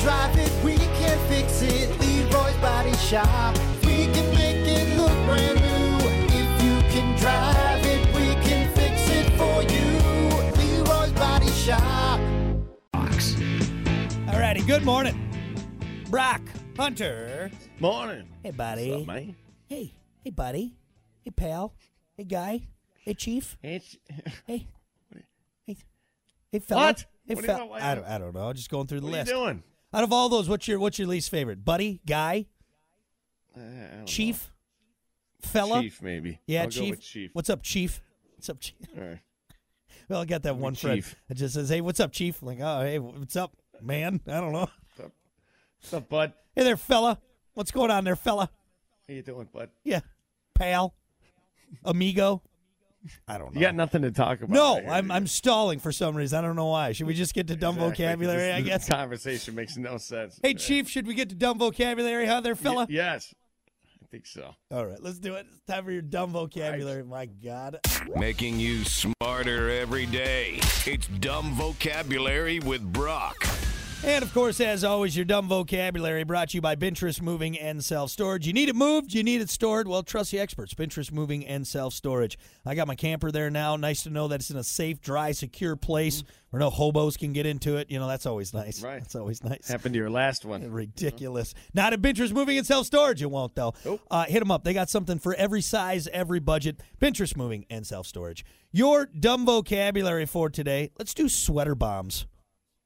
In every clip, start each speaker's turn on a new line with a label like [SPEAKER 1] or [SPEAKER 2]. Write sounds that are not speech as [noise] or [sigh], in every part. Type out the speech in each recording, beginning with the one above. [SPEAKER 1] drive it, we can fix it. Leroy's Body Shop. We can make it look brand new. If you can drive it, we can fix it for you. Leroy's Body Shop.
[SPEAKER 2] Alrighty, good morning. Brock Hunter.
[SPEAKER 3] Morning.
[SPEAKER 2] Hey, buddy.
[SPEAKER 3] What's up, man?
[SPEAKER 2] Hey, hey, buddy. Hey, pal. Hey, guy. Hey, chief.
[SPEAKER 3] It's
[SPEAKER 2] Hey. Hey, hey fella.
[SPEAKER 3] What?
[SPEAKER 2] Hey,
[SPEAKER 3] What do you
[SPEAKER 2] fella.
[SPEAKER 3] know?
[SPEAKER 2] I don't, I don't know. Just going through the
[SPEAKER 3] what
[SPEAKER 2] list.
[SPEAKER 3] are you doing?
[SPEAKER 2] Out of all those, what's your what's your least favorite? Buddy, guy,
[SPEAKER 3] Uh, I don't know.
[SPEAKER 2] chief, fella.
[SPEAKER 3] Chief, maybe.
[SPEAKER 2] Yeah,
[SPEAKER 3] I'll go
[SPEAKER 2] chief.
[SPEAKER 3] with chief.
[SPEAKER 2] What's up, chief? What's up, chief? [laughs]
[SPEAKER 3] All right.
[SPEAKER 2] Well, I got that one friend
[SPEAKER 3] chief.
[SPEAKER 2] that just says, "Hey, what's up, chief?" I'm like, oh, hey, what's up, man? [laughs] I don't know.
[SPEAKER 3] What's up, bud?
[SPEAKER 2] Hey there, fella. What's going on there, fella?
[SPEAKER 3] How you doing, bud?
[SPEAKER 2] Yeah, pal, amigo. I don't know.
[SPEAKER 3] You got nothing to talk about.
[SPEAKER 2] No,
[SPEAKER 3] right here,
[SPEAKER 2] I'm
[SPEAKER 3] do
[SPEAKER 2] I'm stalling for some reason. I don't know why. Should we just get to
[SPEAKER 3] you?
[SPEAKER 2] dumb
[SPEAKER 3] Exactly.
[SPEAKER 2] vocabulary?
[SPEAKER 3] This-
[SPEAKER 2] I
[SPEAKER 3] this
[SPEAKER 2] guess.
[SPEAKER 3] [laughs] conversation makes no sense.
[SPEAKER 2] Hey,
[SPEAKER 3] Right.
[SPEAKER 2] Chief, should we get to dumb vocabulary, huh, there,
[SPEAKER 3] Y-
[SPEAKER 2] fella?
[SPEAKER 3] yes. I think so.
[SPEAKER 2] All right, let's do it. It's time for your dumb vocabulary. My God.
[SPEAKER 4] Making you smarter every day. It's Dumb Vocabulary with Brock.
[SPEAKER 2] And of course, as always, your dumb vocabulary brought to you by Bintress Moving and Self Storage. You need it moved, you need it stored. Well, trust the experts, Bintress Moving and Self Storage. I got my camper there now. Nice to know that it's in a safe, dry, secure place where no hobos can get into it. You know, that's always nice.
[SPEAKER 3] Right.
[SPEAKER 2] That's always nice.
[SPEAKER 3] Happened to your last one.
[SPEAKER 2] Ridiculous. Not at Binterest Moving and Self Storage. You won't, though. Uh, hit them up. They got something for every size, every budget. Binterest Moving and Self Storage. Your dumb vocabulary for today. Let's do sweater bombs.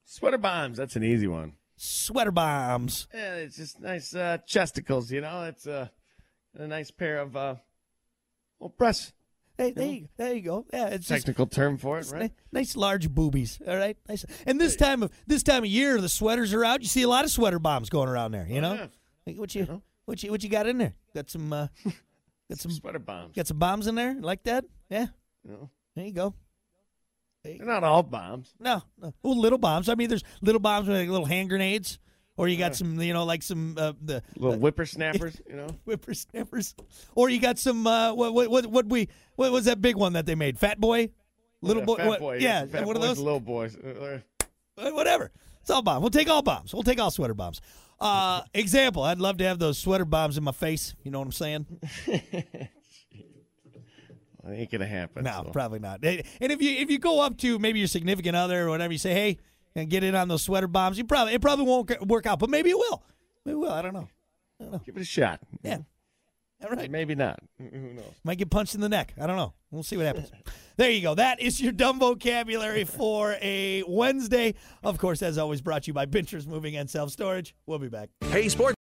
[SPEAKER 3] Sweater bombs. That's an easy one.
[SPEAKER 2] Sweater bombs.
[SPEAKER 3] Yeah, it's just nice uh, chesticles, you know. It's uh, a nice pair of uh, well, breasts.
[SPEAKER 2] Hey, there you, there you go. Yeah, it's just
[SPEAKER 3] Technical term for it,
[SPEAKER 2] it's
[SPEAKER 3] right?
[SPEAKER 2] ni- nice large boobies. All right, nice. And this time of this time of year, the sweaters are out. You see a lot of sweater bombs going around there. You know
[SPEAKER 3] Oh, yeah.
[SPEAKER 2] Like, what you, what you what you got in there? Got
[SPEAKER 3] [laughs]
[SPEAKER 2] some uh, got some
[SPEAKER 3] Sweater bombs.
[SPEAKER 2] got some bombs in there like that. Yeah,
[SPEAKER 3] You know?
[SPEAKER 2] there you go.
[SPEAKER 3] They're not all bombs.
[SPEAKER 2] No, no. Well, little bombs. I mean, there's little bombs with like little hand grenades, or you got some, you know, like some uh, the
[SPEAKER 3] Little whippersnappers, you know.
[SPEAKER 2] whippersnappers, or you got some. Uh, what, what, what, what we, what was that big one that they made? Fat boy, little
[SPEAKER 3] Yeah,
[SPEAKER 2] boy,
[SPEAKER 3] fat
[SPEAKER 2] what-
[SPEAKER 3] boy.
[SPEAKER 2] yeah,
[SPEAKER 3] fat
[SPEAKER 2] one of
[SPEAKER 3] boys,
[SPEAKER 2] those,
[SPEAKER 3] Little boys. Uh,
[SPEAKER 2] Uh, whatever. It's all bomb. We'll take all bombs. We'll take all sweater bombs.
[SPEAKER 3] [laughs]
[SPEAKER 2] Uh, example: I'd love to have those sweater bombs in my face. You know what I'm saying?
[SPEAKER 3] [laughs] uh, ain't gonna happen.
[SPEAKER 2] No,
[SPEAKER 3] so.
[SPEAKER 2] probably not. And and if you if you go up to maybe your significant other or whatever, you say, "Hey, and get in on those sweater bombs." You probably it probably won't g- work out, but maybe it will. Maybe it will. I don't know.
[SPEAKER 3] give it a shot.
[SPEAKER 2] Yeah. All right.
[SPEAKER 3] Maybe not. Who knows?
[SPEAKER 2] Might get punched in the neck. I don't know. We'll see what happens. [laughs] there you go. That is your dumb vocabulary for a Wednesday. Of course, as always, brought to you by Binter's Moving and Self Storage. We'll be back.
[SPEAKER 4] Hey, sports